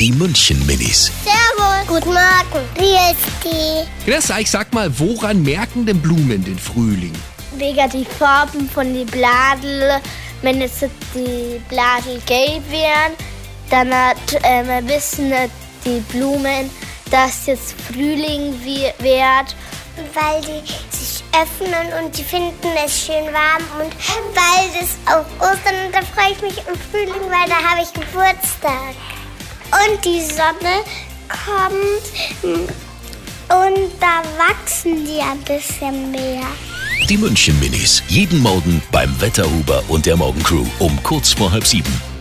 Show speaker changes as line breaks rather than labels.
Die München Minis.
Servus. Guten Morgen. Wie ist die?
Gressa, ich sag mal, woran merken denn Blumen den Frühling?
Wegen die Farben von den Bladeln. Wenn jetzt die Bladel gelb wären, dann hat, ähm, wissen die Blumen, dass jetzt Frühling wi- wird. Weil die sich öffnen und die finden es schön warm und weil es auch Ostern und da freue ich mich im Frühling, weil da habe ich Geburtstag. Und die Sonne kommt und da wachsen die ein bisschen mehr.
Die München Minis. Jeden Morgen beim Wetterhuber und der Morgencrew um kurz vor halb sieben.